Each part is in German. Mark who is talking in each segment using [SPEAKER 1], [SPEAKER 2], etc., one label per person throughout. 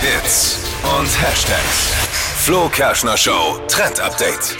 [SPEAKER 1] Hits und Hashtags. Flo Kerschner Show Trend Update.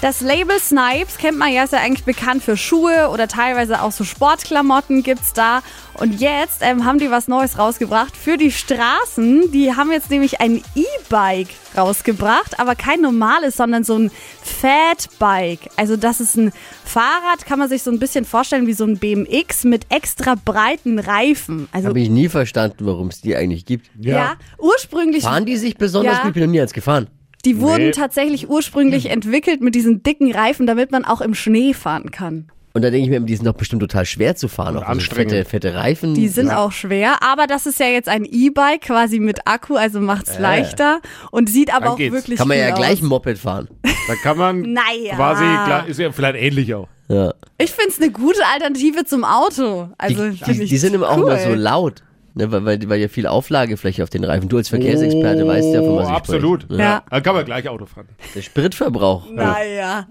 [SPEAKER 2] Das Label Snipes kennt man ja, ist ja eigentlich bekannt für Schuhe oder teilweise auch so Sportklamotten gibt's da. Und jetzt ähm, haben die was Neues rausgebracht für die Straßen. Die haben jetzt nämlich ein E-Bike rausgebracht, aber kein normales, sondern so ein Fatbike. Also das ist ein Fahrrad, kann man sich so ein bisschen vorstellen wie so ein BMX mit extra breiten Reifen. Also
[SPEAKER 3] Habe ich nie verstanden, warum es die eigentlich gibt.
[SPEAKER 2] ja. ursprünglich
[SPEAKER 3] Fahren die sich besonders
[SPEAKER 2] Ja.
[SPEAKER 3] gut? Ich bin noch nie eins gefahren.
[SPEAKER 2] Die wurden tatsächlich ursprünglich entwickelt mit diesen dicken Reifen, damit man auch im Schnee fahren kann.
[SPEAKER 3] Und da denke ich mir, die sind doch bestimmt total schwer zu fahren. Auch so
[SPEAKER 4] anstrengend.
[SPEAKER 3] fette, fette Reifen.
[SPEAKER 2] Die sind auch schwer, aber das ist ja jetzt ein E-Bike quasi mit Akku, also macht's leichter und sieht aber
[SPEAKER 4] Dann
[SPEAKER 2] auch
[SPEAKER 4] geht's.
[SPEAKER 2] wirklich
[SPEAKER 3] Äh. Kann man
[SPEAKER 2] cool
[SPEAKER 3] ja
[SPEAKER 2] aus.
[SPEAKER 3] gleich ein Moped fahren.
[SPEAKER 4] Da kann man
[SPEAKER 2] Naja.
[SPEAKER 4] quasi, klar, ist ja vielleicht ähnlich auch.
[SPEAKER 3] Ja.
[SPEAKER 2] Ich find's eine gute Alternative zum Auto. Also
[SPEAKER 3] Die,
[SPEAKER 2] find
[SPEAKER 3] die,
[SPEAKER 2] ich
[SPEAKER 3] die sind immer auch
[SPEAKER 2] cool.
[SPEAKER 3] immer so laut. Ne, weil, weil, weil ja viel Auflagefläche auf den Reifen. Du als Verkehrsexperte weißt ja, von was ich
[SPEAKER 4] Absolut.
[SPEAKER 3] spreche.
[SPEAKER 2] Oh, Ja.
[SPEAKER 4] Da kann man gleich Auto fahren.
[SPEAKER 3] Der Spritverbrauch. Also,
[SPEAKER 2] Naja.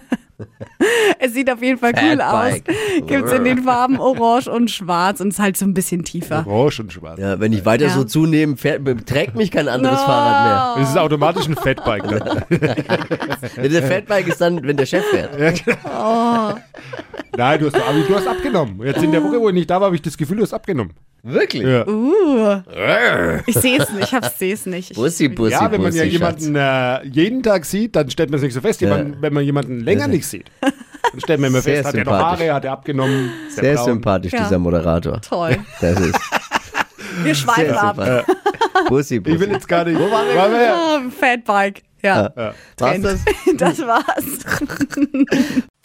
[SPEAKER 2] es sieht auf jeden Fall cool aus.
[SPEAKER 3] Fatbike.
[SPEAKER 2] Gibt's in den Farben Orange und Schwarz und ist halt so ein bisschen tiefer.
[SPEAKER 4] Orange und schwarz.
[SPEAKER 3] Ja, wenn ich weiter
[SPEAKER 2] Ja.
[SPEAKER 3] so zunehme, fährt, trägt mich kein anderes Fahrrad
[SPEAKER 4] Es ist automatisch ein Fatbike. ne? Dann.
[SPEAKER 3] mehr. Der Fatbike ist dann, wenn der Chef fährt.
[SPEAKER 4] Nein, du hast, aber du hast abgenommen. Jetzt in der Woche, wo ich nicht da war, habe ich das Gefühl, du hast abgenommen.
[SPEAKER 3] Wirklich?
[SPEAKER 4] Ja,
[SPEAKER 3] Oh.
[SPEAKER 2] Ich sehe es nicht, ich hab- seh's nicht. Ich-
[SPEAKER 3] Bussi, Bussi,
[SPEAKER 4] ja wenn man
[SPEAKER 3] Bussi,
[SPEAKER 4] ja
[SPEAKER 3] Schatz.
[SPEAKER 4] jemanden äh, jeden Tag sieht, dann stellt man es nicht so fest. Jemand, Wenn man jemanden länger nicht sieht, dann stellt man immer
[SPEAKER 3] Sehr
[SPEAKER 4] fest, hat er noch
[SPEAKER 3] sympathisch.
[SPEAKER 4] Haare, hat er abgenommen. ist der
[SPEAKER 3] Sehr
[SPEAKER 4] braun.
[SPEAKER 3] sympathisch,
[SPEAKER 2] Ja.
[SPEAKER 3] dieser Moderator.
[SPEAKER 2] Toll.
[SPEAKER 3] Das ist
[SPEAKER 2] Wir schweifen
[SPEAKER 3] sehr
[SPEAKER 2] ab.
[SPEAKER 3] sympathisch. Bussi, Bussi.
[SPEAKER 4] Ich will jetzt gar nicht. Wo waren wir?
[SPEAKER 2] Ah, Fatbike. Ja.
[SPEAKER 3] Ah, War's das?
[SPEAKER 2] Das war's.